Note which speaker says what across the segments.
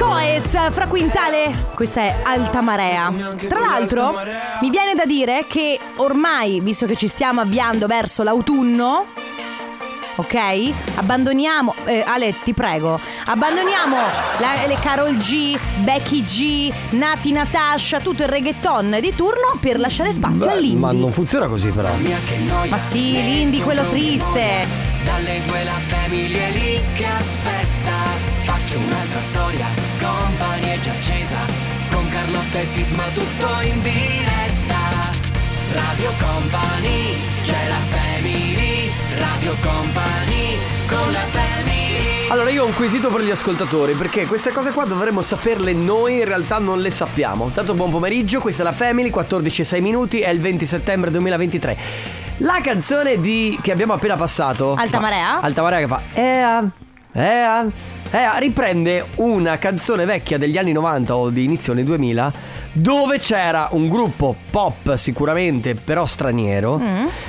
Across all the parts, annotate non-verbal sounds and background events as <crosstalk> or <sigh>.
Speaker 1: eh, Fra Quintale, questa è Alta Marea. Tra l'altro, mi viene da dire che ormai, visto che ci stiamo avviando verso l'autunno, ok? Abbandoniamo, eh, Ale, ti prego, abbandoniamo la- le Carol G, Becky G, Nati Natasha, tutto il reggaeton di turno per lasciare spazio
Speaker 2: Beh,
Speaker 1: all'indie.
Speaker 2: ma non funziona così però.
Speaker 1: Ma sì, l'indie quello triste.
Speaker 3: Dalle due la famiglia è lì che aspetta. Faccio un'altra storia, compagnie già accesa. Con Carlotta e Sisma tutto in diretta. Radio Company, c'è la family. Radio Company, con la family.
Speaker 2: Allora io ho un quesito per gli ascoltatori perché queste cose qua dovremmo saperle noi, in realtà non le sappiamo. Tanto buon pomeriggio, questa è la Family, 14 e 6 minuti, è il 20 settembre 2023. La canzone di che abbiamo appena passato
Speaker 1: Alta
Speaker 2: fa-
Speaker 1: Marea?
Speaker 2: Alta Marea che fa Ea, Ea, Ea riprende una canzone vecchia degli anni 90 o di inizio anni 2000 dove c'era un gruppo pop sicuramente però straniero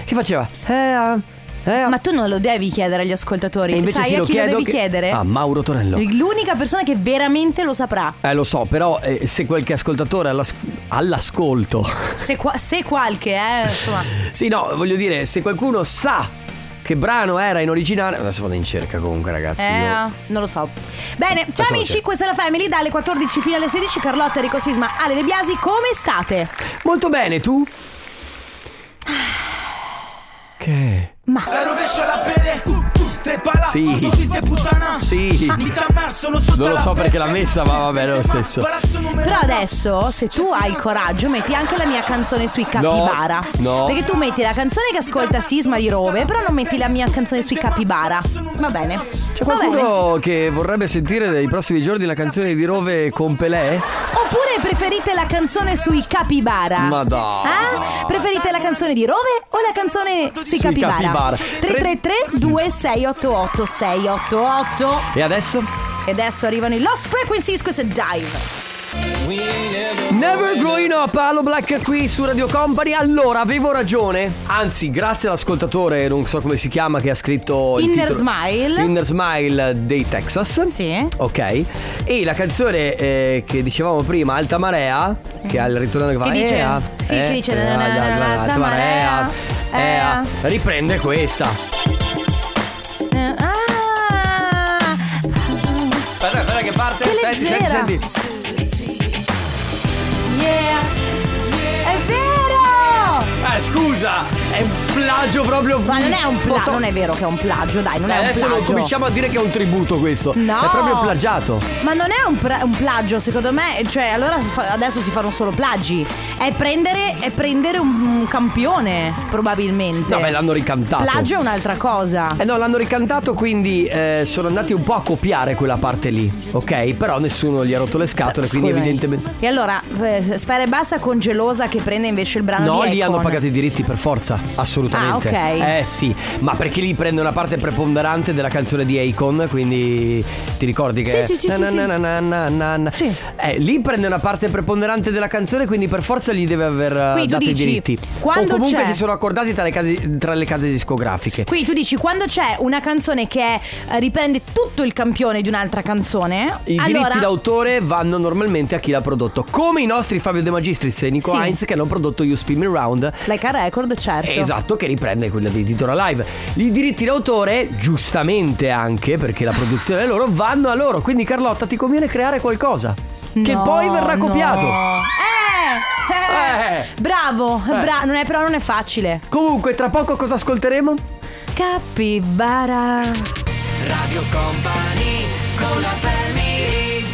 Speaker 2: che faceva Ea, Ea
Speaker 1: Mm. Ma tu non lo devi chiedere agli ascoltatori, sai a chi lo devi
Speaker 2: che- Ah,
Speaker 1: chiedere?
Speaker 2: A Mauro Tonello.
Speaker 1: L'unica persona che veramente lo saprà.
Speaker 2: Eh lo so, però eh, se qualche ascoltatore allas- all'ascolto.
Speaker 1: Se, qua- se qualche, eh, insomma.
Speaker 2: <laughs> sì, no, voglio dire, se qualcuno sa che brano era in originale. Adesso vado in cerca comunque, ragazzi. io-
Speaker 1: Eh, non lo so. Bene, ciao
Speaker 2: Facciamo
Speaker 1: amici,
Speaker 2: certo.
Speaker 1: questa è la Family dalle 14 fino alle 16. Carlotta, Enrico Sisma, Ale De Biasi, come state?
Speaker 2: Molto bene, tu? Che?
Speaker 4: La rovescia la pelle, uh, uh, tre pala,
Speaker 2: Sì.
Speaker 4: tu sei puttana.
Speaker 2: Sì.
Speaker 4: Nita Mar, sono sotto
Speaker 2: Non lo
Speaker 4: la
Speaker 2: so
Speaker 4: fetta.
Speaker 2: perché l'ha messa, ma va bene lo stesso.
Speaker 4: Palazzo numero
Speaker 1: Però
Speaker 4: uno.
Speaker 1: adesso, se tu hai il coraggio, metti anche la mia canzone sui capibara.
Speaker 2: no.
Speaker 1: Perché tu metti la canzone che ascolta Sisma di Rove, però non metti la mia canzone sui capibara. Va bene.
Speaker 2: C'è
Speaker 1: Va bene.
Speaker 2: qualcuno che vorrebbe sentire nei prossimi giorni la canzone di Rove con Pelé?
Speaker 1: Oppure preferite la canzone sui capibara?
Speaker 2: Ma dai.
Speaker 1: Eh? Preferite la canzone di Rove o la canzone sui, capibara?
Speaker 2: capibara.
Speaker 1: 333 2688 688
Speaker 2: E adesso?
Speaker 1: E adesso arrivano i Lost Frequencies, questo è Dive.
Speaker 2: Never growing up, Allo Black qui su Radio Company. Allora, avevo ragione. Anzi, grazie all'ascoltatore, non so come si chiama, che ha scritto il
Speaker 1: Inner
Speaker 2: titolo.
Speaker 1: Smile.
Speaker 2: Inner Smile dei Texas.
Speaker 1: Sì.
Speaker 2: Ok. E la canzone eh, che dicevamo prima, Alta Marea, che al ritornello che fa.
Speaker 1: Che dice-
Speaker 2: "Ea,
Speaker 1: sì, che dice,
Speaker 2: eh,
Speaker 1: na, na, na, eh." na,
Speaker 2: Alta Marea.
Speaker 1: Ea."
Speaker 2: Ea. Riprende questa.
Speaker 1: Eh, ah,
Speaker 2: Aspetta, aspetta che parte.
Speaker 1: Che
Speaker 2: senti, senti,
Speaker 1: leggera.
Speaker 2: senti.
Speaker 1: yeah. È vero!
Speaker 2: Eh, scusa, è un plagio proprio.
Speaker 1: Ma non è un plagio,
Speaker 2: foto- Eh,
Speaker 1: non è vero che è un plagio, dai, non è un
Speaker 2: Adesso non
Speaker 1: plagio.
Speaker 2: cominciamo a dire che è un tributo questo.
Speaker 1: No.
Speaker 2: È proprio plagiato.
Speaker 1: Ma non è un, pra- un plagio, secondo me, cioè allora si fa- adesso si fanno solo plagi. È prendere, è prendere un, un campione, probabilmente.
Speaker 2: No, beh, l'hanno ricantato.
Speaker 1: Plagio è un'altra cosa.
Speaker 2: Eh no, l'hanno ricantato, quindi eh, sono andati un po' a copiare quella parte lì, ok? Però nessuno gli ha rotto le scatole, quindi
Speaker 1: Scusami.
Speaker 2: evidentemente...
Speaker 1: eh. E allora, eh, Sfera e Basta con Gelosa che prende invece il brano
Speaker 2: No,
Speaker 1: di
Speaker 2: lì hanno
Speaker 1: Akon.
Speaker 2: pagato i diritti per forza, assolutamente.
Speaker 1: Ah, ok.
Speaker 2: Eh sì, ma perché lì prende una parte preponderante della canzone di Akon, quindi ti ricordi che...
Speaker 1: Sì, sì, sì, sì, sì.
Speaker 2: na, na, na, na, na.
Speaker 1: Sì.
Speaker 2: Eh, lì prende una parte preponderante della canzone, quindi per forza gli deve aver eh,
Speaker 1: Quindi tu
Speaker 2: dato
Speaker 1: dici,
Speaker 2: i diritti.
Speaker 1: quando
Speaker 2: o comunque
Speaker 1: c'è-
Speaker 2: si sono accordati tra le case, tra le case discografiche.
Speaker 1: Qui tu dici quando c'è una canzone che è- eh, riprende tutto il campione di un'altra canzone,
Speaker 2: I
Speaker 1: allora
Speaker 2: diritti d'autore vanno normalmente a chi l'ha prodotto, come i nostri Fabio De Magistris e Nico
Speaker 1: Sì.
Speaker 2: Heinz che hanno prodotto You Spin Me Round.
Speaker 1: Like a record, certo.
Speaker 2: Esatto, che riprende quella di Editora Live. I diritti d'autore, giustamente anche perché la produzione è loro, vanno a loro. Quindi, Carlotta, ti conviene creare qualcosa che
Speaker 1: No,
Speaker 2: poi verrà
Speaker 1: no.
Speaker 2: copiato.
Speaker 1: Eh, eh,
Speaker 2: Eh.
Speaker 1: Bravo, bra- non è, però non è facile.
Speaker 2: Comunque, tra poco cosa ascolteremo?
Speaker 1: Capibara.
Speaker 3: Radio Company, con la family.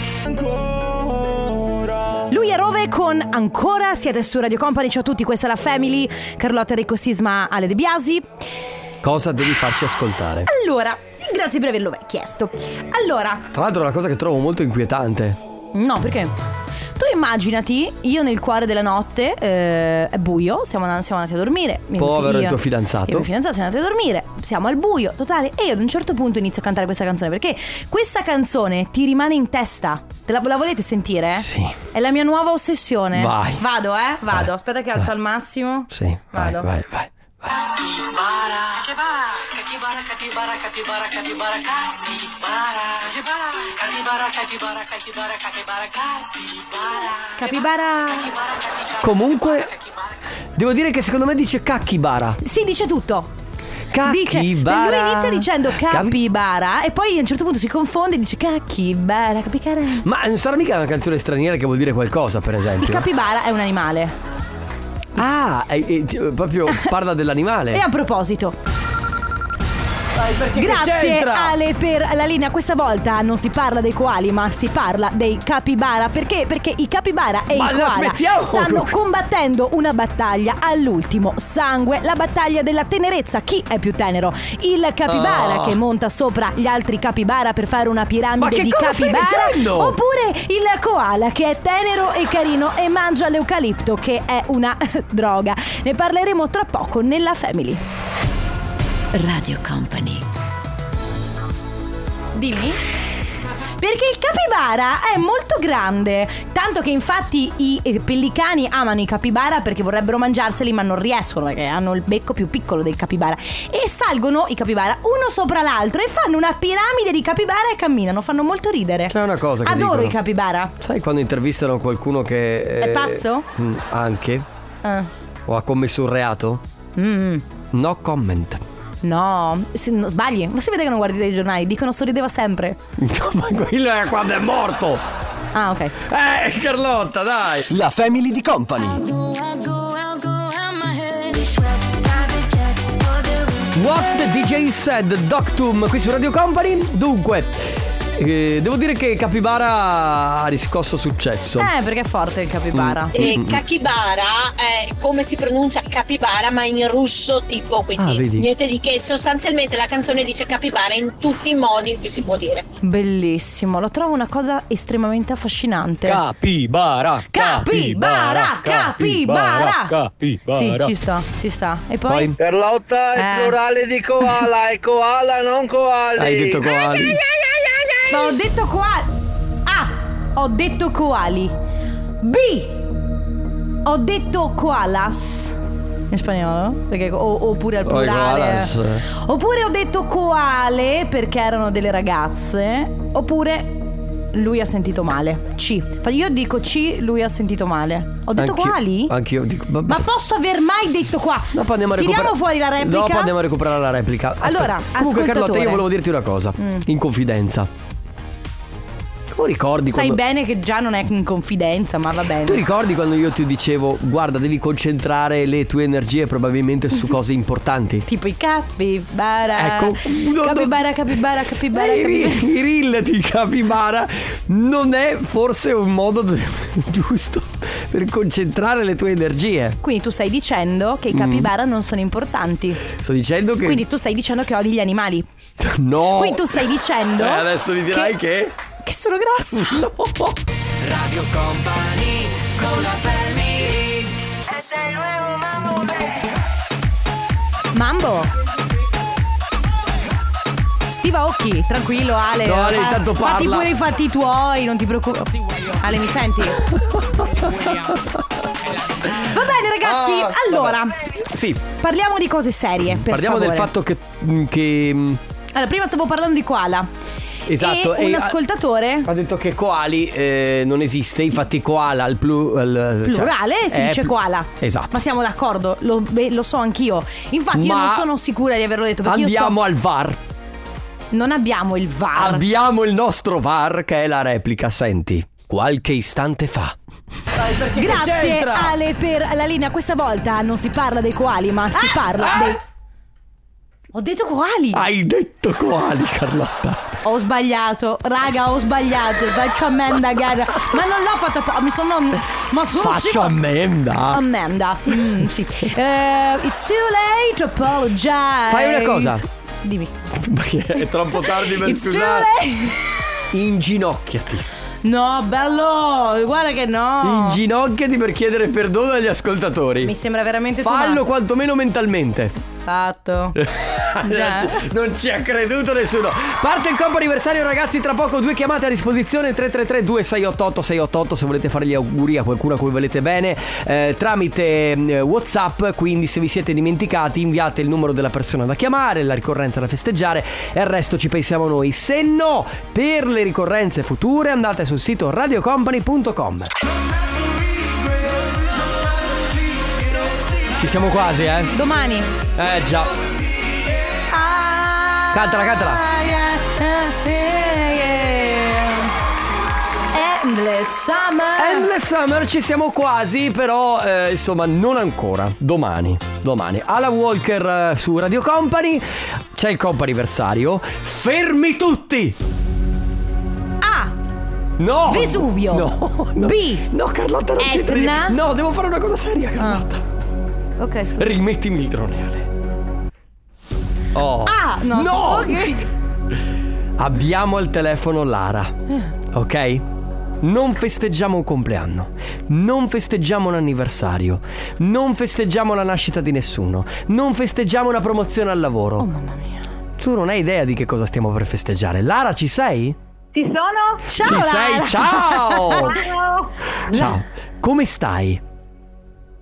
Speaker 1: Lui è Rove con Ancora, siete su Radio Company, ciao a tutti, questa è la Family, Carlotta Enrico Sisma, Ale De Biasi.
Speaker 2: Cosa devi farci ascoltare?
Speaker 1: Allora, grazie per averlo chiesto. Allora,
Speaker 2: Tra l'altro, è una cosa che trovo molto inquietante.
Speaker 1: No, perché? Tu immaginati, io nel cuore della notte, eh, è buio, stiamo, andando- siamo andati a dormire. mio
Speaker 2: Povero
Speaker 1: figlio-
Speaker 2: il tuo fidanzato.
Speaker 1: Io e mio fidanzato siamo andati a dormire, siamo al buio, totale. E io ad un certo punto inizio a cantare questa canzone, perché questa canzone ti rimane in testa. Te la, la volete sentire?
Speaker 2: Sì.
Speaker 1: È la mia nuova ossessione.
Speaker 2: Vai.
Speaker 1: Vado, eh? Vado.
Speaker 2: Vai.
Speaker 1: Aspetta che alzo al massimo.
Speaker 2: Sì, vai,
Speaker 1: Vado.
Speaker 2: vai, vai.
Speaker 3: Capibara, capibara, capibara, capibara, capibara, capibara, capibara, capibara,
Speaker 1: Capibara.
Speaker 2: Comunque, devo dire che secondo me dice cacchibara.
Speaker 1: Si dice tutto. Dice, lui
Speaker 2: Cacchibara.
Speaker 1: inizia dicendo
Speaker 2: Capi-
Speaker 1: capibara e poi a un certo punto si confonde e dice cacchibara, capicara.
Speaker 2: Ma non sarà mica una canzone straniera che vuol dire qualcosa, per
Speaker 1: Il
Speaker 2: esempio.
Speaker 1: capibara è un animale.
Speaker 2: ah, e- e- ti-
Speaker 1: <laughs>
Speaker 2: proprio parla dell'animale.
Speaker 1: E a proposito,
Speaker 2: Perché che
Speaker 1: Grazie
Speaker 2: c'entra?
Speaker 1: Ale per la linea. Questa volta non si parla dei koali, ma si parla dei capibara. Perché? Perché i capibara e
Speaker 2: Ma
Speaker 1: i
Speaker 2: la smettiamo!
Speaker 1: koala stanno combattendo una battaglia all'ultimo sangue, la battaglia della tenerezza. Chi è più tenero? Il capibara
Speaker 2: Ah.
Speaker 1: che monta sopra gli altri capibara per fare una
Speaker 2: Ma che
Speaker 1: piramide di
Speaker 2: cosa stai
Speaker 1: capibara.
Speaker 2: dicendo?
Speaker 1: Oppure il koala che è tenero e carino e mangia l'eucalipto che è una <laughs> droga. Ne parleremo tra poco nella Family.
Speaker 5: Radio Company.
Speaker 1: Dimmi. Perché il capibara è molto grande, tanto che infatti i eh, pellicani amano i capibara perché vorrebbero mangiarseli ma non riescono perché hanno il becco più piccolo del capibara. E salgono i capibara uno sopra l'altro e fanno una piramide di capibara e camminano, fanno molto ridere.
Speaker 2: C'è una cosa che
Speaker 1: Adoro
Speaker 2: dicono.
Speaker 1: i capibara.
Speaker 2: Sai quando intervistano qualcuno che...
Speaker 1: È pazzo?
Speaker 2: mm, Anche.
Speaker 1: Eh.
Speaker 2: O ha commesso un reato?
Speaker 1: Mm.
Speaker 2: No comment.
Speaker 1: No, se- no, sbagli, ma si vede che non guardi i giornali, dicono sorrideva sempre.
Speaker 2: Ma quello era quando è morto.
Speaker 1: Ah, ok.
Speaker 2: Eh, Carlotta, dai.
Speaker 6: La family di
Speaker 1: Ah,
Speaker 6: company.
Speaker 2: What the DJ said, Doctum, qui su Radio Company. Dunque, eh, devo dire che Capibara ha riscosso successo.
Speaker 1: Eh, perché è forte il capibara.
Speaker 2: Mm,
Speaker 7: E capibara è come si pronuncia capibara ma in russo tipo
Speaker 2: Ah,
Speaker 7: quindi
Speaker 2: vedi.
Speaker 7: niente di che sostanzialmente la canzone dice capibara in tutti i modi in cui si può dire
Speaker 1: Bellissimo, lo trovo una cosa estremamente affascinante.
Speaker 8: Capibara
Speaker 1: Capibara, capibara. Sì,
Speaker 8: Capibara
Speaker 1: ci sta, ci sta. E poi,
Speaker 2: Poi-
Speaker 9: Carlotta è
Speaker 1: Eh.
Speaker 9: plurale di koala, è koala non koali.
Speaker 2: Hai
Speaker 1: Ah,
Speaker 2: detto koali.
Speaker 1: ma ho detto koali. A. Ho detto koali. B. Ho detto koalas. In spagnolo? Perché- o- oppure al
Speaker 2: Oh,
Speaker 1: plurale.
Speaker 2: koalas.
Speaker 1: Oppure ho detto koale perché erano delle ragazze. Oppure lui ha sentito male. C. Io dico C, lui ha sentito male. Ho detto
Speaker 2: Anch'io-
Speaker 1: koali?
Speaker 2: Anch'io dico. vabbè.
Speaker 1: Ma posso aver mai detto qua?
Speaker 2: Dopo andiamo a
Speaker 1: Tiriamo
Speaker 2: recuperare-
Speaker 1: fuori la replica.
Speaker 2: Dopo andiamo a recuperare la replica. Aspetta.
Speaker 1: Allora,
Speaker 2: Comunque, Carlotta,
Speaker 1: ascoltatore. Mm.
Speaker 2: io volevo dirti una cosa. In confidenza. Tu ricordi
Speaker 1: Sai
Speaker 2: quando.
Speaker 1: bene che già non è in confidenza, ma va bene.
Speaker 2: Tu ricordi quando io ti dicevo, guarda, devi concentrare le tue energie probabilmente su cose importanti?
Speaker 1: Tipo i capibara.
Speaker 2: Ecco, no, no.
Speaker 1: Capibara, capibara, capibara.
Speaker 2: Eh, I,
Speaker 1: capibara.
Speaker 2: ri- i reel di Capibara non è forse un modo de- <laughs> giusto per concentrare le tue energie.
Speaker 1: Quindi tu stai dicendo che i capibara non sono importanti.
Speaker 2: Sto dicendo Mm. che.
Speaker 1: Quindi tu stai dicendo che odi gli animali.
Speaker 2: no!
Speaker 1: Quindi tu stai dicendo.
Speaker 2: Oh. Eh, adesso mi dirai che.
Speaker 1: Che sono <laughs> grassa.
Speaker 2: No!
Speaker 3: Radio Company con la family
Speaker 1: Mambo. Stiva occhi, tranquillo Ale.
Speaker 2: No, Ale, intanto
Speaker 1: Fatti
Speaker 2: parla.
Speaker 1: pure i fatti tuoi, non ti preoccupare. Ale, mi
Speaker 2: <laughs>
Speaker 1: senti? Va bene ragazzi,
Speaker 2: Ah,
Speaker 1: allora,
Speaker 2: Sì,
Speaker 1: parliamo di cose serie. Per
Speaker 2: parliamo del
Speaker 1: favore.
Speaker 2: fatto che. mm, che-
Speaker 1: Allora, prima stavo parlando di koala.
Speaker 2: Esatto,
Speaker 1: E un
Speaker 2: e- Cioè,
Speaker 1: ascoltatore.
Speaker 2: ha detto che koali eh, non esiste, infatti koala al plu- al- cioè,
Speaker 1: Plurale si
Speaker 2: è
Speaker 1: dice
Speaker 2: pl-
Speaker 1: koala.
Speaker 2: Esatto.
Speaker 1: Ma siamo d'accordo, lo, beh, lo so anch'io. Infatti, io
Speaker 2: Ma
Speaker 1: non sono sicura di averlo detto. Perché
Speaker 2: Andiamo
Speaker 1: io
Speaker 2: al VAR.
Speaker 1: so, non abbiamo il VAR.
Speaker 2: Abbiamo il nostro VAR che è la replica, senti. Qualche istante fa.
Speaker 1: Grazie Ale per la linea. Questa volta non si parla dei koali, ma
Speaker 2: Eh,
Speaker 1: si parla dei. Ho detto koali.
Speaker 2: Hai detto koali, Carlotta.
Speaker 1: Ho sbagliato, raga, ho sbagliato. Faccio ammenda, gara. Ma non l'ho fatta. po- Mi sono. Ma sono
Speaker 2: Faccio
Speaker 1: sicura- Ah.
Speaker 2: ammenda.
Speaker 1: Amanda. Mm, sì. Eh, it's too late to apologize.
Speaker 2: Fai una cosa.
Speaker 1: Dimmi.
Speaker 2: Perché è troppo tardi per
Speaker 1: It's too
Speaker 2: scusare.
Speaker 1: late.
Speaker 2: Inginocchiati.
Speaker 1: No, bello. Guarda che no.
Speaker 2: Inginocchiati per chiedere perdono agli ascoltatori.
Speaker 1: Oh. Mi sembra veramente
Speaker 2: Fallo
Speaker 1: tonato.
Speaker 2: quantomeno mentalmente.
Speaker 1: fatto.
Speaker 2: <laughs>
Speaker 1: Già.
Speaker 2: Non ci ha creduto nessuno. Parte il compo anniversario, ragazzi. Tra poco due chiamate a disposizione: 333-2688-688. Se volete fare gli auguri a qualcuno a cui volete bene, eh, tramite mm, eh, WhatsApp. Quindi, se vi siete dimenticati, inviate il numero della persona da chiamare, la ricorrenza da festeggiare e al resto ci pensiamo noi. Se no, per le ricorrenze future, andate sul sito radiocompany.com. Ci siamo quasi, eh?
Speaker 1: Domani.
Speaker 2: Eh già. Cantala, cantala.
Speaker 1: Endless summer.
Speaker 2: Endless Summer ci siamo quasi, però eh, insomma non ancora. Domani, domani. Alla Walker eh, su Radio Company c'è il companiversario. Fermi tutti!
Speaker 1: A.
Speaker 2: No!
Speaker 1: Vesuvio.
Speaker 2: No, no.
Speaker 1: B.
Speaker 2: No, Carlotta non c'entra
Speaker 1: Etna. Ah.
Speaker 2: niente. No, devo fare una cosa seria, Carlotta.
Speaker 1: Ok, scusa.
Speaker 2: Rimettimi il drone, Ale. Oh.
Speaker 1: Ah, no.
Speaker 2: No!
Speaker 1: Ok.
Speaker 2: Abbiamo al telefono Lara. Ok? Non festeggiamo un compleanno, non festeggiamo un anniversario, non festeggiamo la nascita di nessuno, non festeggiamo una promozione al lavoro.
Speaker 1: Oh mamma mia.
Speaker 2: Tu non hai idea di che cosa stiamo per festeggiare. Lara, ci sei?
Speaker 1: Ciao
Speaker 2: ci
Speaker 1: Lara.
Speaker 2: sei? Ciao! Ciao. Come stai?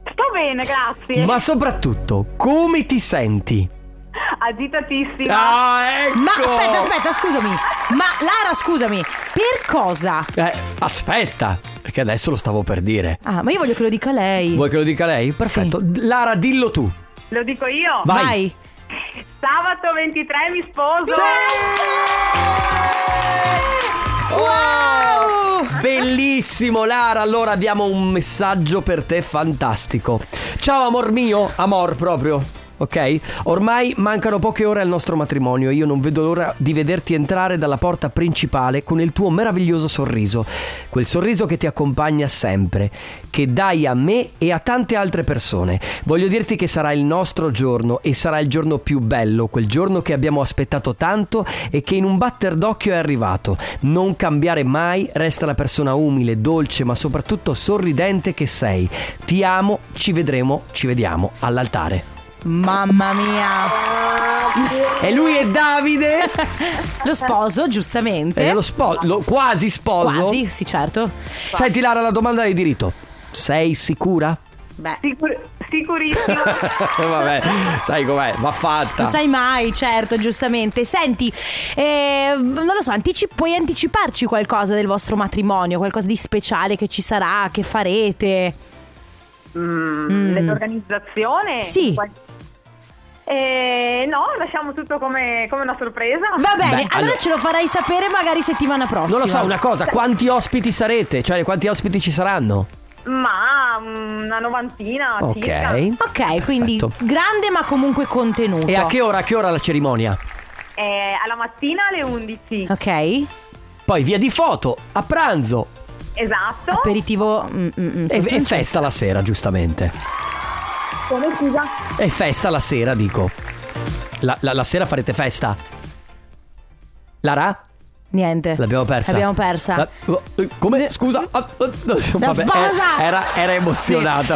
Speaker 6: Sto bene, grazie.
Speaker 2: Ma soprattutto, come ti senti?
Speaker 6: Agitatissima.
Speaker 2: Ah, ecco!
Speaker 1: <laughs> Ma aspetta, aspetta, scusami. Ma Lara, scusami, per cosa?
Speaker 2: Eh, aspetta, perché adesso lo stavo per dire.
Speaker 1: Ah, ma io voglio che lo dica lei.
Speaker 2: Vuoi che lo dica lei? Perfetto. D- Lara, dillo tu.
Speaker 6: Lo dico io.
Speaker 2: Vai.
Speaker 6: Sabato 23 mi sposo.
Speaker 2: Wow! Bellissimo Lara, allora abbiamo un messaggio per te fantastico. Ciao amor mio, amor proprio. Ok? Ormai mancano poche ore al nostro matrimonio. Io non vedo l'ora di vederti entrare dalla porta principale con il tuo meraviglioso sorriso. Quel sorriso che ti accompagna sempre, che dai a me e a tante altre persone. Voglio dirti che sarà il nostro giorno e sarà il giorno più bello, quel giorno che abbiamo aspettato tanto e che in un batter d'occhio è arrivato. Non cambiare mai, resta la persona umile, dolce, ma soprattutto sorridente che sei. Ti amo, ci vedremo, ci vediamo all'altare.
Speaker 1: Mamma mia.
Speaker 2: E lui è Davide.
Speaker 1: Lo sposo, giustamente.
Speaker 2: È Eh, lo spo- lo quasi sposo.
Speaker 1: Quasi, sì, certo.
Speaker 2: Senti Lara, la domanda di diritto. Sei sicura?
Speaker 1: Beh,
Speaker 6: Sicur-
Speaker 2: <laughs>
Speaker 6: sicurissimo.
Speaker 2: Vabbè, sai com'è, va fatta.
Speaker 1: non sai mai, certo, giustamente. Senti, eh, non lo so, antici- puoi anticiparci qualcosa del vostro matrimonio, qualcosa di speciale che ci sarà, che farete?
Speaker 6: Mm, Nell'organizzazione?
Speaker 1: Sì.
Speaker 6: Qual- Eh, no, lasciamo tutto come, come una sorpresa.
Speaker 1: Va bene, allora,
Speaker 2: allora-
Speaker 1: ce lo farai sapere magari settimana prossima.
Speaker 2: Non lo so, una cosa,
Speaker 6: Cioè
Speaker 2: quanti ospiti sarete? Cioè, quanti ospiti ci saranno?
Speaker 6: Ma mm, una novantina.
Speaker 2: Ok.
Speaker 6: circa.
Speaker 1: Ok, quindi
Speaker 2: Perfetto.
Speaker 1: grande ma comunque contenuto.
Speaker 2: E a che ora, a che ora la cerimonia?
Speaker 6: Eh, alla mattina alle 11.
Speaker 1: Ah. Ok,
Speaker 2: Poi via di foto, a pranzo
Speaker 6: Esatto.
Speaker 1: aperitivo. mm, mm, mm,
Speaker 2: e, e
Speaker 6: Cioè,
Speaker 1: sostanzioso.
Speaker 2: festa la sera, giustamente.
Speaker 6: Come scusa?
Speaker 2: E festa la sera, dico. La, la- la sera farete festa? Lara?
Speaker 1: Niente.
Speaker 2: L'abbiamo persa.
Speaker 1: L'abbiamo persa.
Speaker 2: La- oh, eh, come? Scusa. ah, ah, no, vabbè,
Speaker 1: sposa!
Speaker 2: Era, era, era
Speaker 1: Sì.
Speaker 2: emozionata.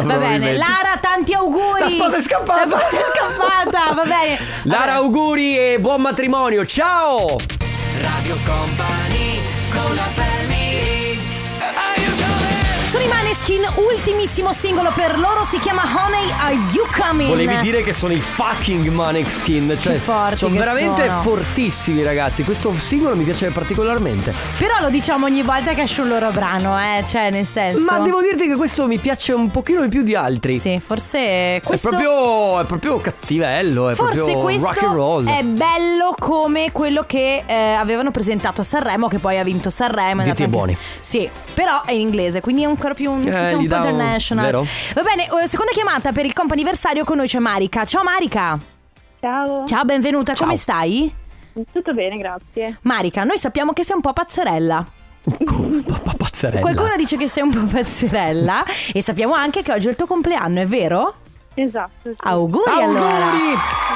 Speaker 1: Va bene,
Speaker 2: probabilmente.
Speaker 1: Lara, tanti auguri.
Speaker 2: La sposa è scappata.
Speaker 1: La sposa è scappata, va bene.
Speaker 2: Lara,
Speaker 1: Vabbè.
Speaker 2: auguri e buon matrimonio. Ciao!
Speaker 3: Radio Company con la family
Speaker 1: Sono i Maneskin, ultimissimo singolo per loro si chiama Honey Are You Coming?
Speaker 2: Volevi dire che sono i fucking Maneskin, cioè
Speaker 1: Che forti
Speaker 2: sono
Speaker 1: che
Speaker 2: veramente
Speaker 1: sono.
Speaker 2: fortissimi ragazzi. Questo singolo mi piace particolarmente.
Speaker 1: Però lo diciamo ogni volta che esce un loro brano, eh, cioè nel senso.
Speaker 2: Ma devo dirti che questo mi piace un pochino di più di altri.
Speaker 1: Sì, forse
Speaker 2: È,
Speaker 1: questo
Speaker 2: proprio, è proprio cattivello, è
Speaker 1: Forse
Speaker 2: proprio
Speaker 1: questo
Speaker 2: rock and roll. <laughs>
Speaker 1: è bello come quello che eh, avevano presentato a Sanremo, che poi ha vinto Sanremo. è andato
Speaker 2: Zitti e
Speaker 1: anche-
Speaker 2: buoni.
Speaker 1: Sì, però è in inglese, quindi è ancora più un,
Speaker 2: Eh,
Speaker 1: è un
Speaker 2: gli
Speaker 1: po'
Speaker 2: dà un-
Speaker 1: international.
Speaker 2: vero?
Speaker 1: Va bene, eh, seconda chiamata per il comp'anniversario con noi c'è Marica. Ciao Marica. Ciao. Ciao, benvenuta, come stai?
Speaker 8: Tutto bene, grazie.
Speaker 1: Marica, noi sappiamo che sei un po' pazzerella.
Speaker 2: Eh, Pa- pa- Pazzerella. <laughs>
Speaker 1: Qualcuno dice che sei un po' pazzerella e sappiamo anche che oggi è il tuo compleanno, è vero?
Speaker 8: Esatto, sì.
Speaker 1: Auguri, allora.
Speaker 2: Auguri!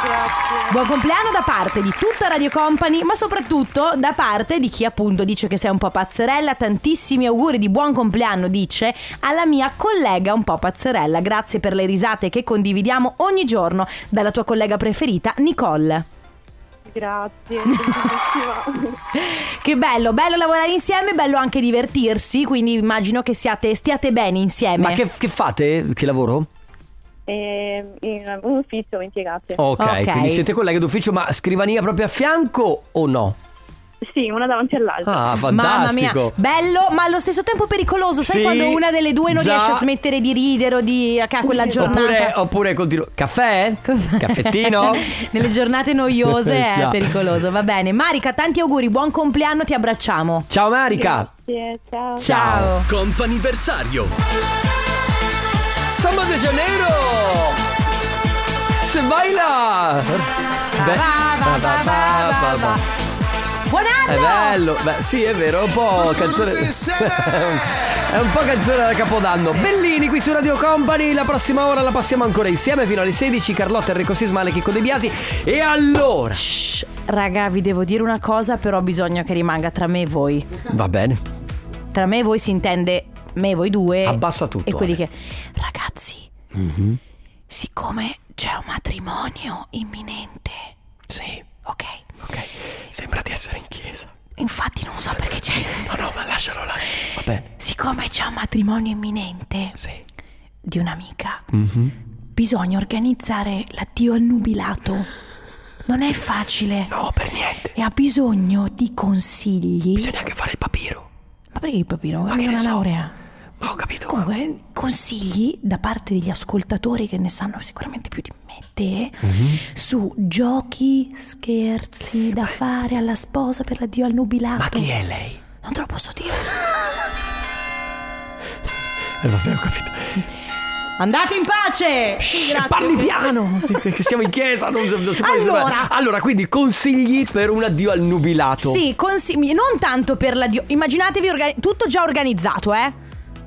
Speaker 8: grazie.
Speaker 1: Buon compleanno da parte di tutta Radio Company, ma soprattutto da parte di chi appunto dice che sei un po' pazzerella. Tantissimi auguri di buon compleanno, dice alla mia collega un po' pazzerella. Grazie per le risate che condividiamo ogni giorno dalla tua collega preferita, Nicole. <laughs>
Speaker 8: Grazie, bellissima.
Speaker 1: Che bello, bello lavorare insieme, bello anche divertirsi, quindi immagino che siate, stiate bene insieme.
Speaker 2: Ma che, che fate? Che lavoro?
Speaker 8: E Ehm, in un ufficio impiegate.
Speaker 2: Ok,
Speaker 1: Ok.
Speaker 2: quindi siete colleghe d'ufficio, ma scrivania proprio a fianco o no?
Speaker 8: Sì, una davanti all'altra.
Speaker 2: Ah,
Speaker 1: Mamma mia,
Speaker 2: fantastico.
Speaker 1: bello, ma allo stesso tempo pericoloso. Sai
Speaker 2: Sì,
Speaker 1: quando una delle due non
Speaker 2: già.
Speaker 1: riesce a smettere di ridere o di che ha quella giornata?
Speaker 2: Oppure, oppure continuo. Caffè? Caffettino?
Speaker 1: <laughs> Nelle giornate noiose è
Speaker 2: Già.
Speaker 1: pericoloso, va bene. Marica, tanti auguri, buon compleanno, ti abbracciamo.
Speaker 2: Ciao Marica!
Speaker 8: Grazie, eh, ciao.
Speaker 2: Ciao.
Speaker 3: Comp'anniversario
Speaker 2: Samba de Janeiro! Se baila! Beh,
Speaker 1: va, va, va, va, va, va. Buon
Speaker 2: È
Speaker 1: anno!
Speaker 2: bello, beh, sì è vero, è un po' canzone... <laughs> è un po' canzone da Capodanno. Bellini qui su Radio Company, la prossima ora la passiamo ancora insieme fino alle 16, Carlotta, Enrico Sismale, Chicco De Biasi. E allora...
Speaker 1: Shh, raga, vi devo dire una cosa, però bisogna che rimanga tra me e voi.
Speaker 2: Va bene.
Speaker 1: Tra me e voi si intende me e voi due.
Speaker 2: Abbassa tutto,
Speaker 1: E quelli
Speaker 2: Ale.
Speaker 1: che. Ragazzi, siccome c'è un matrimonio imminente.
Speaker 2: Sì,
Speaker 1: Ok.
Speaker 2: ok. Sembra di essere in chiesa.
Speaker 1: Infatti non so perché c'è.
Speaker 2: No, no, ma lascialo là. Va bene.
Speaker 1: Siccome c'è un matrimonio imminente
Speaker 2: Sì.
Speaker 1: di un'amica, bisogna organizzare l'addio annubilato. Non è facile.
Speaker 2: No, per niente.
Speaker 1: E ha bisogno di consigli.
Speaker 2: Bisogna anche fare il papiro.
Speaker 1: Ma perché il papiro? Ma
Speaker 2: che ne
Speaker 1: una
Speaker 2: so.
Speaker 1: laurea.
Speaker 2: Ma ho capito.
Speaker 1: Comunque, consigli da parte degli ascoltatori che ne sanno sicuramente più di me, te,
Speaker 2: Mhm.
Speaker 1: su giochi,
Speaker 2: Eh,
Speaker 1: scherzi da fare alla sposa per l'addio al nubilato.
Speaker 2: Ma chi è lei?
Speaker 1: Non te lo posso dire.
Speaker 2: Eh, vabbè, ho capito.
Speaker 1: Andate in pace!
Speaker 2: Shh, parli piano! che che siamo in chiesa, non, non si può
Speaker 1: Allora.
Speaker 2: disturbare. Allora, quindi consigli per un addio al nubilato.
Speaker 1: Sì, consigli, non tanto per l'addio. Immaginatevi organi- tutto già organizzato, eh?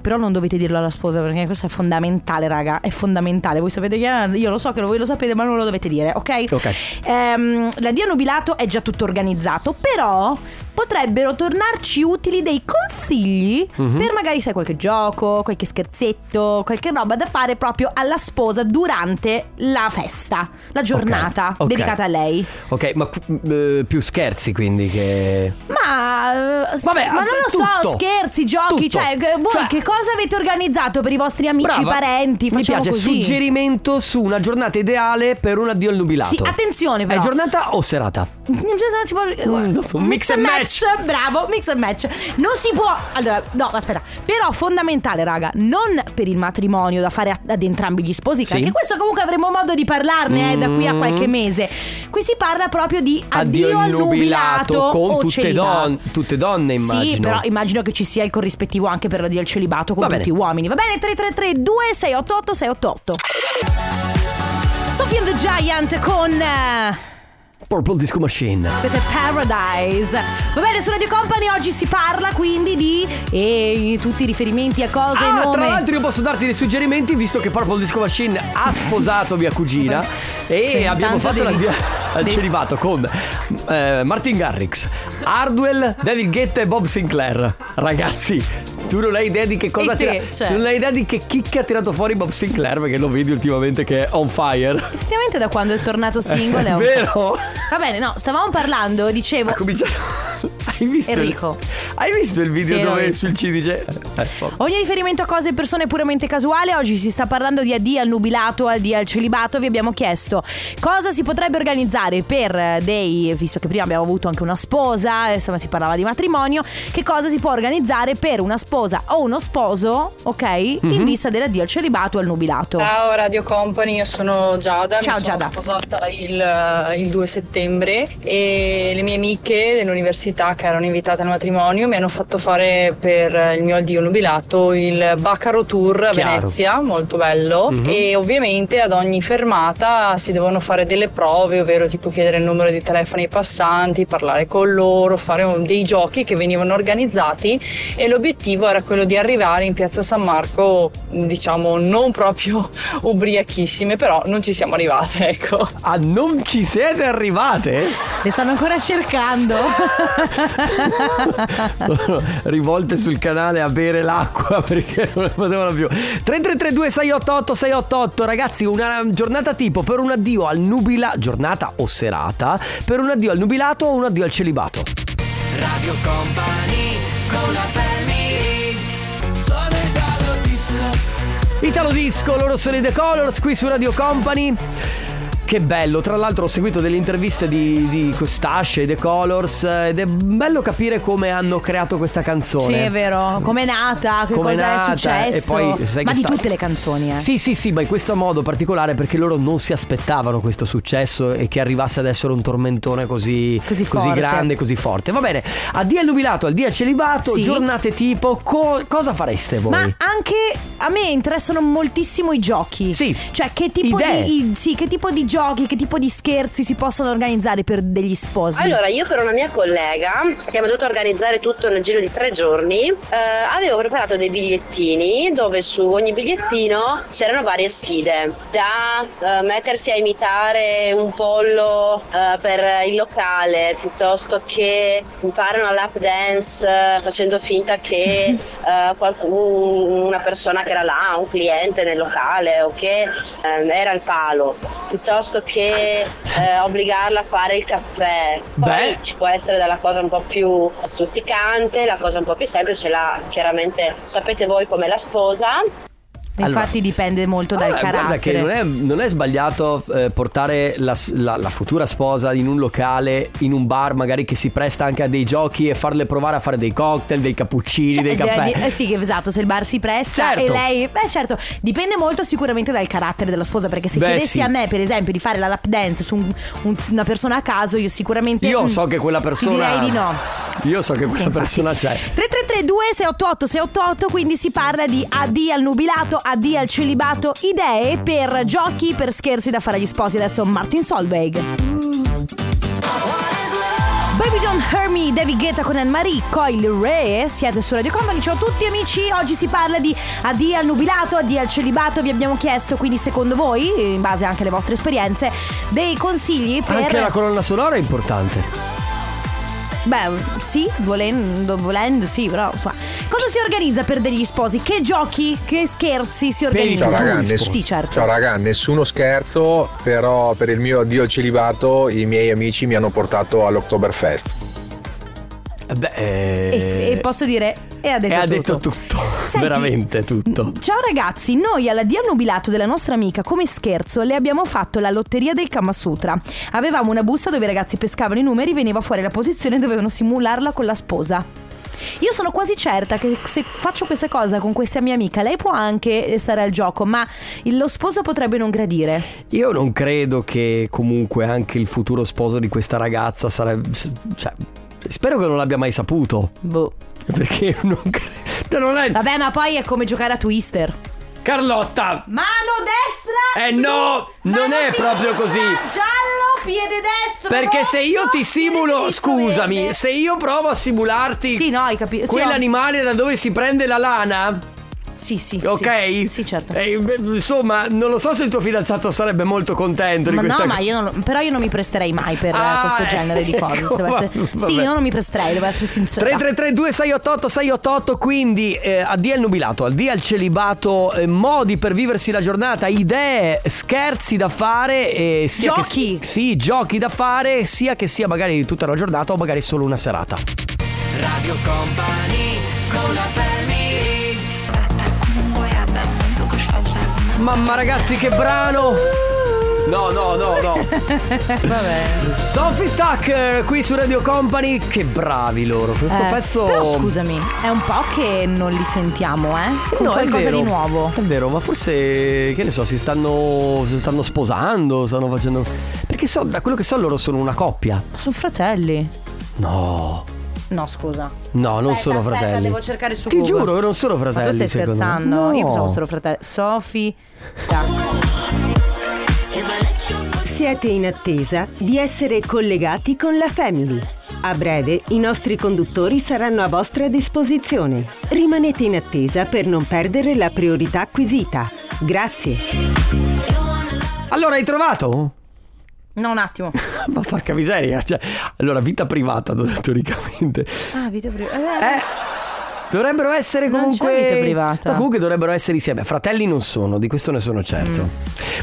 Speaker 1: Però non dovete dirlo alla sposa perché questo è fondamentale, raga. È fondamentale. Voi sapete che eh, io lo so che lo- voi lo sapete, ma non lo dovete dire, ok?
Speaker 2: Ok.
Speaker 1: Ehm, l'addio nubilato è già tutto organizzato, però potrebbero tornarci utili dei consigli
Speaker 2: Mhm.
Speaker 1: per magari sai qualche gioco, qualche scherzetto, qualche roba da fare proprio alla sposa durante la festa, la giornata
Speaker 2: ok.
Speaker 1: dedicata a lei.
Speaker 2: Ok, ma eh, più scherzi quindi che...
Speaker 1: Ma, eh,
Speaker 2: Vabbè,
Speaker 1: ma non lo so,
Speaker 2: tutto.
Speaker 1: scherzi, giochi,
Speaker 2: Tutto.
Speaker 1: cioè che- voi
Speaker 2: Cioè-
Speaker 1: che cosa avete organizzato per i vostri amici,
Speaker 2: Brava.
Speaker 1: parenti?
Speaker 2: Mi
Speaker 1: Facciamo
Speaker 2: piace
Speaker 1: così.
Speaker 2: suggerimento su una giornata ideale per un addio al nubilato.
Speaker 1: Sì, attenzione però.
Speaker 2: È giornata o serata?
Speaker 1: Ci può-
Speaker 2: Mm,
Speaker 1: mix,
Speaker 2: un mix
Speaker 1: and
Speaker 2: and
Speaker 1: match. bravo, mix and match. Non si può. Allora, no, aspetta. Però fondamentale, raga, non per il matrimonio da fare a- ad entrambi gli sposi, che
Speaker 2: Sì. Mm.
Speaker 1: anche questo comunque avremo modo di parlarne eh, da qui a qualche mese. Qui si parla proprio di addio, al nubilato
Speaker 2: con
Speaker 1: o
Speaker 2: tutte
Speaker 1: celibato.
Speaker 2: don- tutte donne immagino.
Speaker 1: Sì, però immagino che ci sia il corrispettivo anche per l'addio al celibato con
Speaker 2: Va bene.
Speaker 1: tutti gli uomini. Va bene, 333 2688 688. Sophie and the Giant con eh,
Speaker 2: Purple Disco Machine.
Speaker 1: questo è Paradise. Va bene, su Radio Company oggi si parla quindi di e tutti i riferimenti a cose e
Speaker 2: Ah,
Speaker 1: nome.
Speaker 2: tra l'altro io posso darti dei suggerimenti visto che Purple Disco Machine ha sposato mia cugina e
Speaker 1: Sì,
Speaker 2: abbiamo
Speaker 1: intanto
Speaker 2: fatto la
Speaker 1: devi-
Speaker 2: via al
Speaker 1: devi-
Speaker 2: celibato con eh, Martin Garrix, Hardwell, David Guetta e Bob Sinclair. Ragazzi, tu non hai idea di che cosa
Speaker 1: E te,
Speaker 2: tira-
Speaker 1: cioè.
Speaker 2: Non hai idea di che chicca ha tirato fuori Bob Sinclair perché lo vedi ultimamente che è on fire.
Speaker 1: Effettivamente da quando è
Speaker 2: <laughs>
Speaker 1: tornato single è un-
Speaker 2: Vero?
Speaker 1: Va bene, no, stavamo parlando, dicevo.
Speaker 2: Ha cominciato Hai visto il-
Speaker 1: Enrico.
Speaker 2: Hai visto il video
Speaker 1: Sì, l'ho
Speaker 2: dove
Speaker 1: visto.
Speaker 2: sul C dice eh, Bob.
Speaker 1: Ogni riferimento a cose e persone puramente casuale, oggi si sta parlando di addio al nubilato, addio al celibato, vi abbiamo chiesto cosa si potrebbe organizzare per eh, dei, visto che prima abbiamo avuto anche una sposa, eh, insomma si parlava di matrimonio, che cosa si può organizzare per una sposa o uno sposo, ok,
Speaker 2: Mhm.
Speaker 1: in vista dell'addio al celibato o al nubilato.
Speaker 10: Ciao Radio Company, io sono Giada,
Speaker 1: Ciao,
Speaker 10: mi sono
Speaker 1: Giada.
Speaker 10: sposata eh, il, il 2 settembre e le mie amiche dell'università che erano invitate al matrimonio mi mi hanno fatto fare per il mio addio nubilato il Baccaro Tour a
Speaker 2: Chiaro.
Speaker 10: Venezia, molto bello.
Speaker 2: Mhm.
Speaker 10: E ovviamente ad ogni fermata si devono fare delle prove, ovvero tipo chiedere il numero di telefono ai passanti, parlare con loro, fare un- dei giochi che venivano organizzati. E l'obiettivo era quello di arrivare in piazza San Marco, diciamo non proprio ubriachissime, però non ci siamo arrivate, ecco.
Speaker 2: Ah, non ci siete arrivate?
Speaker 1: Le stanno ancora cercando.
Speaker 2: Sono rivolte sul canale a bere l'acqua <laughs> perché non ne potevano più. 3332 688 688 ragazzi, una giornata tipo per un addio al nubilato, giornata o serata, per un addio al nubilato o un addio al celibato.
Speaker 3: Radio Company con la family Soledad Otis
Speaker 2: Italo Disco, loro sono i The Colors qui su Radio Company. Che bello, tra l'altro ho seguito delle interviste di, di Costasce, The Colors, eh, ed è bello capire come hanno creato questa canzone.
Speaker 1: sì, è vero. Com'è nata? Che
Speaker 2: Com'è
Speaker 1: cosa
Speaker 2: nata,
Speaker 1: è successo?
Speaker 2: e poi sai
Speaker 1: Ma
Speaker 2: che
Speaker 1: di
Speaker 2: sta-
Speaker 1: tutte le canzoni, eh.
Speaker 2: Sì, sì, sì, ma in questo modo particolare perché loro non si aspettavano questo successo e che arrivasse ad essere un tormentone così,
Speaker 1: Così forte.
Speaker 2: grande, così forte. Va bene, a dia nubilato, al dia celibato,
Speaker 1: Sì.
Speaker 2: giornate tipo, co- cosa fareste voi?
Speaker 1: Ma anche a me interessano moltissimo i giochi.
Speaker 2: Sì.
Speaker 1: Cioè, che tipo,
Speaker 2: Idee.
Speaker 1: di, i- sì, che tipo di giochi, che tipo di scherzi si possono organizzare per degli sposi?
Speaker 11: Allora, io per una mia collega, che mi ha dovuto organizzare tutto nel giro di tre giorni, eh, avevo preparato dei bigliettini dove su ogni bigliettino c'erano varie sfide, da eh, mettersi a imitare un pollo eh, per il locale, piuttosto che fare una lap dance eh, facendo finta che eh, qualcuno- una persona che era là, un cliente nel locale o che ehm, era il palo, piuttosto che eh, obbligarla a fare il caffè. Poi
Speaker 2: Beh.
Speaker 11: ci può essere dalla cosa un po' più stuzzicante, la cosa un po' più semplice, la chiaramente sapete voi com'è la sposa.
Speaker 1: Infatti
Speaker 2: allora.
Speaker 1: dipende molto dal
Speaker 2: Allora,
Speaker 1: carattere.
Speaker 2: Ah, Guarda che non è, non è sbagliato eh, portare la, s- la- la futura sposa in un locale, in un bar magari che si presta anche a dei giochi e farle provare a fare dei cocktail, dei cappuccini,
Speaker 1: Cioè,
Speaker 2: dei caffè.
Speaker 1: eh, eh, sì, che esatto, se il bar si presta
Speaker 2: Certo.
Speaker 1: e lei... Beh certo, dipende molto sicuramente dal carattere della sposa, perché se
Speaker 2: Beh,
Speaker 1: chiedessi
Speaker 2: sì.
Speaker 1: a me, per esempio, di fare la lap dance su un- un- una persona a caso, io sicuramente...
Speaker 2: Io
Speaker 1: mm,
Speaker 2: so che quella
Speaker 1: ti
Speaker 2: persona...
Speaker 1: Direi di no.
Speaker 2: Io so che quella
Speaker 1: infatti.
Speaker 2: persona c'è.
Speaker 1: 3332 688 688 quindi si parla di addio al nubilato, addio al celibato, idee per giochi, per scherzi da fare agli sposi. Adesso Martin Solveig. Baby John Hermy, David Guetta con Anne-Marie, Coil Re, siete su Radio Company, ciao a tutti amici, oggi si parla di addio al nubilato, addio al celibato, vi abbiamo chiesto quindi secondo voi, in base anche alle vostre esperienze, dei consigli per...
Speaker 2: Anche la colonna sonora è importante.
Speaker 1: Beh, sì, volendo, volendo sì, però insomma. Cosa si organizza per degli sposi? Che giochi, che scherzi si
Speaker 2: Per i
Speaker 1: organizzano?
Speaker 2: futuri Ciao, raga,
Speaker 12: nessun-
Speaker 1: sì, certo.
Speaker 12: Ciao raga, nessuno scherzo, però per il mio addio al celibato i miei amici mi hanno portato all'Oktoberfest.
Speaker 2: Eh Beh,
Speaker 1: E, e posso dire, eh, e ha detto
Speaker 2: e ha
Speaker 1: tutto.
Speaker 2: detto tutto, <laughs> mm,
Speaker 1: Senti-
Speaker 2: veramente tutto.
Speaker 1: Ciao ragazzi, noi alla Dia Nubilato della nostra amica, come scherzo, le abbiamo fatto la lotteria del Kama Sutra. Avevamo una busta dove i ragazzi pescavano i numeri, veniva fuori la posizione e dovevano simularla con la sposa. Io sono quasi certa che se faccio questa cosa con questa mia amica, lei può anche stare al gioco, ma il- lo sposo potrebbe non gradire.
Speaker 2: Io non credo che comunque anche il futuro sposo di questa ragazza sarebbe... s- Cioè, spero che non l'abbia mai saputo. <laughs>
Speaker 1: Boh.
Speaker 2: Perché non credo... Non è...
Speaker 1: Vabbè, ma poi è come giocare a Twister.
Speaker 2: Carlotta!
Speaker 1: Mano destra!
Speaker 2: Eh no, non
Speaker 1: mano
Speaker 2: è
Speaker 1: sinistra,
Speaker 2: proprio così.
Speaker 1: Giallo, piede destro.
Speaker 2: Perché se io
Speaker 1: rosso,
Speaker 2: ti
Speaker 1: piede
Speaker 2: simulo,
Speaker 1: sinistro,
Speaker 2: scusami,
Speaker 1: verde.
Speaker 2: se io provo a simularti
Speaker 1: Sì, no, hai capito.
Speaker 2: quell'animale da dove si prende la lana,
Speaker 1: Sì, sì. sì.
Speaker 2: ok?
Speaker 1: Sì, certo.
Speaker 2: Eh, beh, insomma, non lo so se il tuo fidanzato sarebbe molto contento
Speaker 1: Ma
Speaker 2: di
Speaker 1: no,
Speaker 2: questa
Speaker 1: ma io non, però io non mi presterei mai per eh,
Speaker 2: Ah,
Speaker 1: questo genere di
Speaker 2: ecco,
Speaker 1: cose. se devo essere-
Speaker 2: <laughs> vabbè.
Speaker 1: Sì, io non mi presterei, devo essere sincera.
Speaker 2: 333 688 688 quindi eh, addio al nubilato, addio al celibato, eh, modi per viversi la giornata, idee, scherzi da fare, eh, sia che-
Speaker 1: Giochi.
Speaker 2: sì, giochi da fare, sia che sia magari tutta la giornata o magari solo una serata.
Speaker 3: Radio Company con la family
Speaker 2: Mamma ragazzi che brano! No, no, no, no.
Speaker 1: <laughs> Vabbè.
Speaker 2: Sophie Tucker qui su Radio Company, che bravi loro. Questo
Speaker 1: Eh,
Speaker 2: pezzo
Speaker 1: Però scusami, è un po' che non li sentiamo, eh? Con
Speaker 2: No, è
Speaker 1: qualcosa
Speaker 2: vero.
Speaker 1: di nuovo.
Speaker 2: È vero, ma forse, che ne so, si stanno, si stanno sposando, stanno facendo... Perché so, da quello che so loro sono una coppia.
Speaker 1: Sono fratelli.
Speaker 2: No.
Speaker 1: No, scusa.
Speaker 2: No, non
Speaker 1: Aspetta,
Speaker 2: sono
Speaker 1: aspetta,
Speaker 2: fratelli.
Speaker 1: devo cercare su
Speaker 2: Ti
Speaker 1: Google.
Speaker 2: giuro, non sono fratelli.
Speaker 1: Ma tu stai
Speaker 2: secondo me.
Speaker 1: scherzando?
Speaker 2: No.
Speaker 1: Io pensavo fossero fratelli. Sofi.
Speaker 13: Siete in attesa di essere collegati con la Family. A breve i nostri conduttori saranno a vostra disposizione. Rimanete in attesa per non perdere la priorità acquisita. Grazie.
Speaker 2: Allora, hai trovato? <laughs>
Speaker 1: No, un attimo.
Speaker 2: Ma porca miseria. Cioè, allora, vita privata, <laughs> do- teoricamente.
Speaker 1: Ah, video privato.
Speaker 2: Eh, Dovrebbero essere
Speaker 1: Non c'è
Speaker 2: comunque.
Speaker 1: vita privata.
Speaker 2: No, comunque dovrebbero essere insieme. Fratelli non sono, di questo ne sono certo.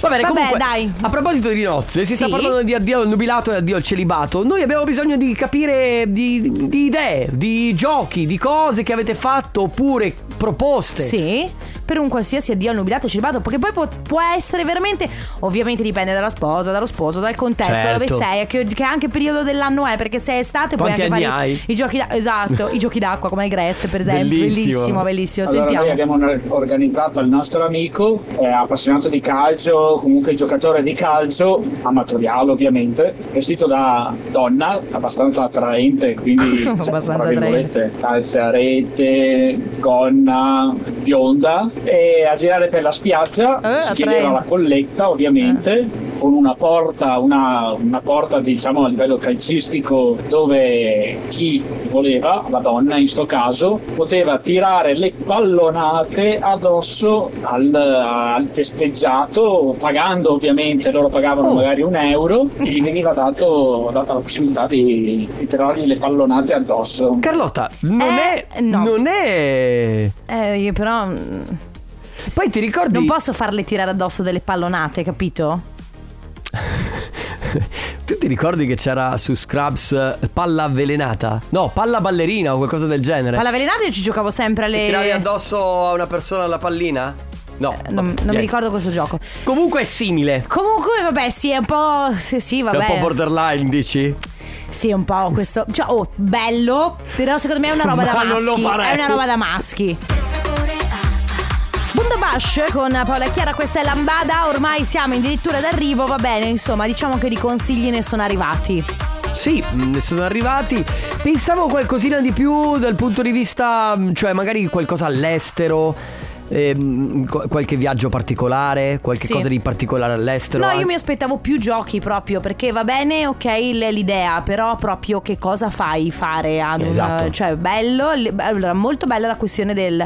Speaker 2: Va bene,
Speaker 1: Mm. Vabbè,
Speaker 2: comunque.
Speaker 1: dai.
Speaker 2: A proposito di nozze, si sta
Speaker 1: Sì.
Speaker 2: parlando di addio al nubilato e addio al celibato. Noi abbiamo bisogno di capire di, di idee, di giochi, di cose che avete fatto oppure proposte.
Speaker 1: Sì, per un qualsiasi addio al nubilato e celibato, perché poi può, può essere veramente, ovviamente dipende dalla sposa, dallo sposo, dal contesto, da dove
Speaker 2: Certo.
Speaker 1: sei, a che, che anche periodo dell'anno è, perché se è estate
Speaker 2: Quanti
Speaker 1: puoi anche
Speaker 2: anni
Speaker 1: fare i-
Speaker 2: hai?
Speaker 1: i giochi d'acqua, esatto, i giochi d'acqua come il Grest per esempio, bellissimo, bellissimo,
Speaker 14: Allora, noi
Speaker 1: sentiamo. <laughs>
Speaker 14: abbiamo or- organizzato al nostro amico, eh, appassionato di calcio, comunque giocatore di calcio, amatoriale ovviamente, vestito da donna, abbastanza attraente, quindi cioè,
Speaker 1: Abbastanza Eh,
Speaker 14: tra virgolette, calze a rete, gonna, bionda, e a girare per la spiaggia si chiedeva
Speaker 15: attraente.
Speaker 14: la colletta ovviamente. Con una porta, una, una porta diciamo a livello calcistico dove chi voleva, la donna in sto caso, poteva tirare le pallonate addosso al, al festeggiato, pagando ovviamente, loro
Speaker 2: Oh,
Speaker 14: pagavano
Speaker 11: Oh,
Speaker 14: magari un euro e gli veniva dato, data la possibilità di, di tirargli le pallonate addosso.
Speaker 2: Carlotta, non è. Non è.
Speaker 1: Eh, io però... mm,
Speaker 2: Poi ti ricordi...
Speaker 1: Non posso farle tirare addosso delle pallonate, capito?
Speaker 2: <laughs> Tu ti ricordi che c'era su Scrubs eh, palla avvelenata? No, palla ballerina o qualcosa del genere.
Speaker 1: Alla velenata io ci giocavo sempre alle...
Speaker 2: Ti tiravi addosso a una persona la pallina? No.
Speaker 1: Eh, Non, non mi
Speaker 2: niente.
Speaker 1: ricordo questo gioco.
Speaker 2: Comunque è simile.
Speaker 1: Comunque, vabbè, sì, è un po'... Sì, sì, vabbè.
Speaker 2: È un po' borderline, dici?
Speaker 1: Sì, un po' questo. Cioè, oh, bello. Però secondo me è una roba da
Speaker 2: <laughs> Ma
Speaker 1: maschi.
Speaker 2: non lo farei.
Speaker 1: È una roba da maschi. Bunda Bash con Paola Chiara, questa è Lambada. Ormai siamo addirittura d'arrivo, va bene. Insomma, diciamo che di consigli ne sono arrivati.
Speaker 2: Sì, mh, ne sono arrivati. Pensavo qualcosina di più dal punto di vista, mh, cioè magari qualcosa all'estero. ehm, qu- qualche viaggio particolare, qualche
Speaker 1: Sì.
Speaker 2: cosa di particolare all'estero.
Speaker 1: No, io
Speaker 2: anche.
Speaker 1: mi aspettavo più giochi proprio perché va bene, ok, l- l'idea, però proprio che cosa fai fare ad un
Speaker 2: Esatto.
Speaker 1: cioè bello, l- allora molto bella la questione del,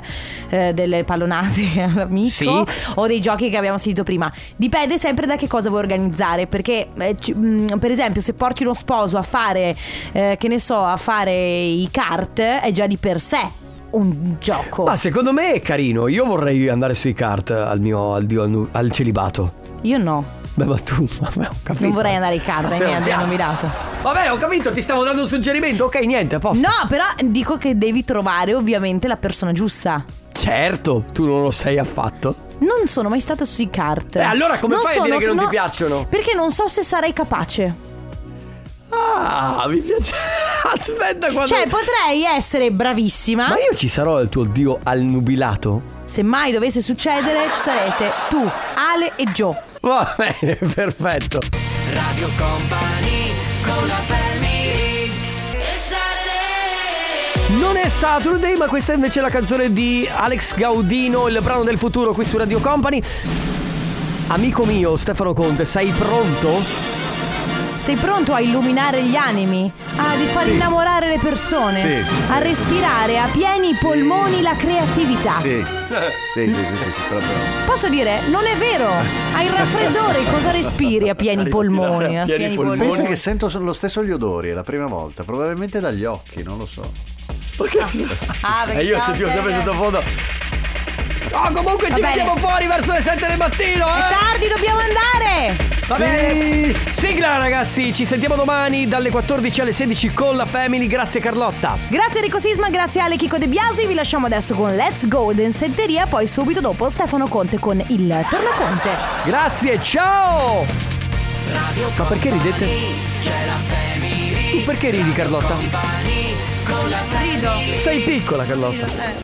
Speaker 1: eh, delle pallonate <laughs> all'amico
Speaker 2: Sì.
Speaker 1: o dei giochi che abbiamo sentito prima. Dipende sempre da che cosa vuoi organizzare, perché eh, ci- mh, per esempio se porti uno sposo a fare eh, che ne so, a fare i kart è già di per sé un gioco.
Speaker 2: Ma secondo me è carino. Io vorrei andare sui kart al mio al, dio- al nu- al celibato.
Speaker 1: Io no,
Speaker 2: Beh, ma tu, <laughs> vabbè, ho capito.
Speaker 1: non vorrei andare ai kart,
Speaker 2: Ma
Speaker 1: eh,
Speaker 2: te non
Speaker 1: niente,
Speaker 2: piace.
Speaker 1: hanno mirato.
Speaker 2: Vabbè, ho capito, ti stavo dando un suggerimento. Ok, niente, a posto.
Speaker 1: No, però dico che devi trovare ovviamente la persona giusta.
Speaker 2: Certo, tu non lo sei affatto.
Speaker 1: Non sono mai stata sui kart.
Speaker 2: E Eh, allora come fai a dire che non ti
Speaker 1: no,
Speaker 2: piacciono?
Speaker 1: Perché non so se sarei capace.
Speaker 2: Ah, mi piace. <laughs> Aspetta, quando.
Speaker 1: Cioè, potrei essere bravissima.
Speaker 2: Ma io ci sarò al tuo dio al nubilato?
Speaker 1: Se mai dovesse succedere, ci sarete tu, Ale e Joe.
Speaker 2: Va bene, <laughs> perfetto.
Speaker 3: Radio Company con la family.
Speaker 2: Non è Saturday, ma questa è invece la canzone di Alex Gaudino, il brano del futuro qui su Radio Company. Amico mio, Stefano Conte, sei pronto?
Speaker 1: Sei pronto a illuminare gli animi? A di far innamorare le persone?
Speaker 16: Sì.
Speaker 1: A respirare a pieni polmoni la creatività?
Speaker 16: Sì. Sì, sì, sì, sì, sì, proprio.
Speaker 1: Posso dire, non è vero! Hai il raffreddore, cosa respiri a pieni polmoni? A pieni
Speaker 16: Pensa che sento solo- lo stesso gli odori, è la prima volta, probabilmente dagli occhi, non lo so.
Speaker 1: Ah, perché
Speaker 2: E Eh, io
Speaker 1: siamo
Speaker 2: sentivo sempre
Speaker 1: sempre-
Speaker 2: sottofondo. Oh, comunque
Speaker 1: Va
Speaker 2: ci
Speaker 1: bene.
Speaker 2: vediamo fuori verso le 7 del mattino,
Speaker 1: È
Speaker 2: eh!
Speaker 1: tardi, dobbiamo andare!
Speaker 2: Va bene. Sigla ragazzi, ci sentiamo domani dalle 14 alle 16 con la Family. Grazie Carlotta.
Speaker 1: Grazie Enrico Sisma, grazie Ale Chico De Biasi, vi lasciamo adesso con Let's Go Densetteria, poi subito dopo Stefano Conte con il Tornaconte.
Speaker 2: Grazie, ciao! Ma perché ridete? Tu perché ridi Carlotta?
Speaker 3: Con la family.
Speaker 2: Sei piccola Carlotta.